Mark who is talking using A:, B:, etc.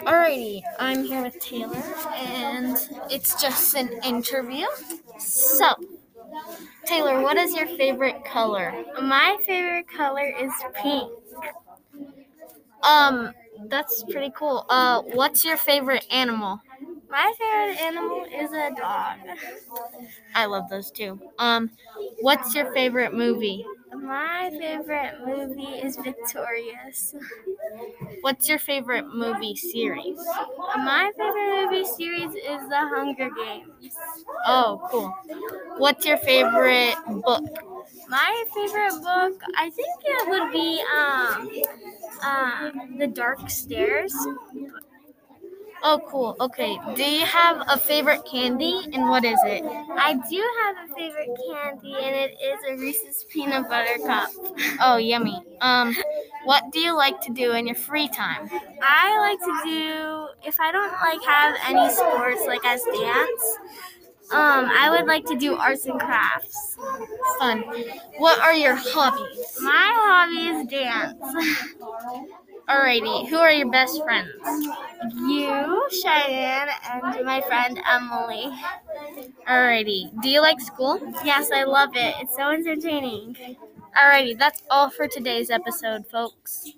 A: Alrighty, I'm here with Taylor, and it's just an interview. So, Taylor, what is your favorite color?
B: My favorite color is pink.
A: Um, that's pretty cool. Uh, what's your favorite animal?
B: My favorite animal is a dog.
A: I love those too. Um, what's your favorite movie?
B: My favorite movie is Victorious.
A: What's your favorite movie series?
B: My favorite movie series is The Hunger Games.
A: Oh, cool. What's your favorite book?
B: My favorite book, I think it would be um, um, The Dark Stairs.
A: Oh, cool. Okay, do you have a favorite candy, and what is it?
B: I do have a favorite candy, and it is a Reese's Peanut Butter Cup.
A: Oh, yummy. Um, what do you like to do in your free time?
B: I like to do if I don't like have any sports like as dance. Um, I would like to do arts and crafts.
A: Fun. What are your hobbies?
B: My hobby is dance.
A: Alrighty, who are your best friends?
B: You, Cheyenne, and my friend Emily.
A: Alrighty, do you like school?
B: Yes, I love it. It's so entertaining.
A: Alrighty, that's all for today's episode, folks.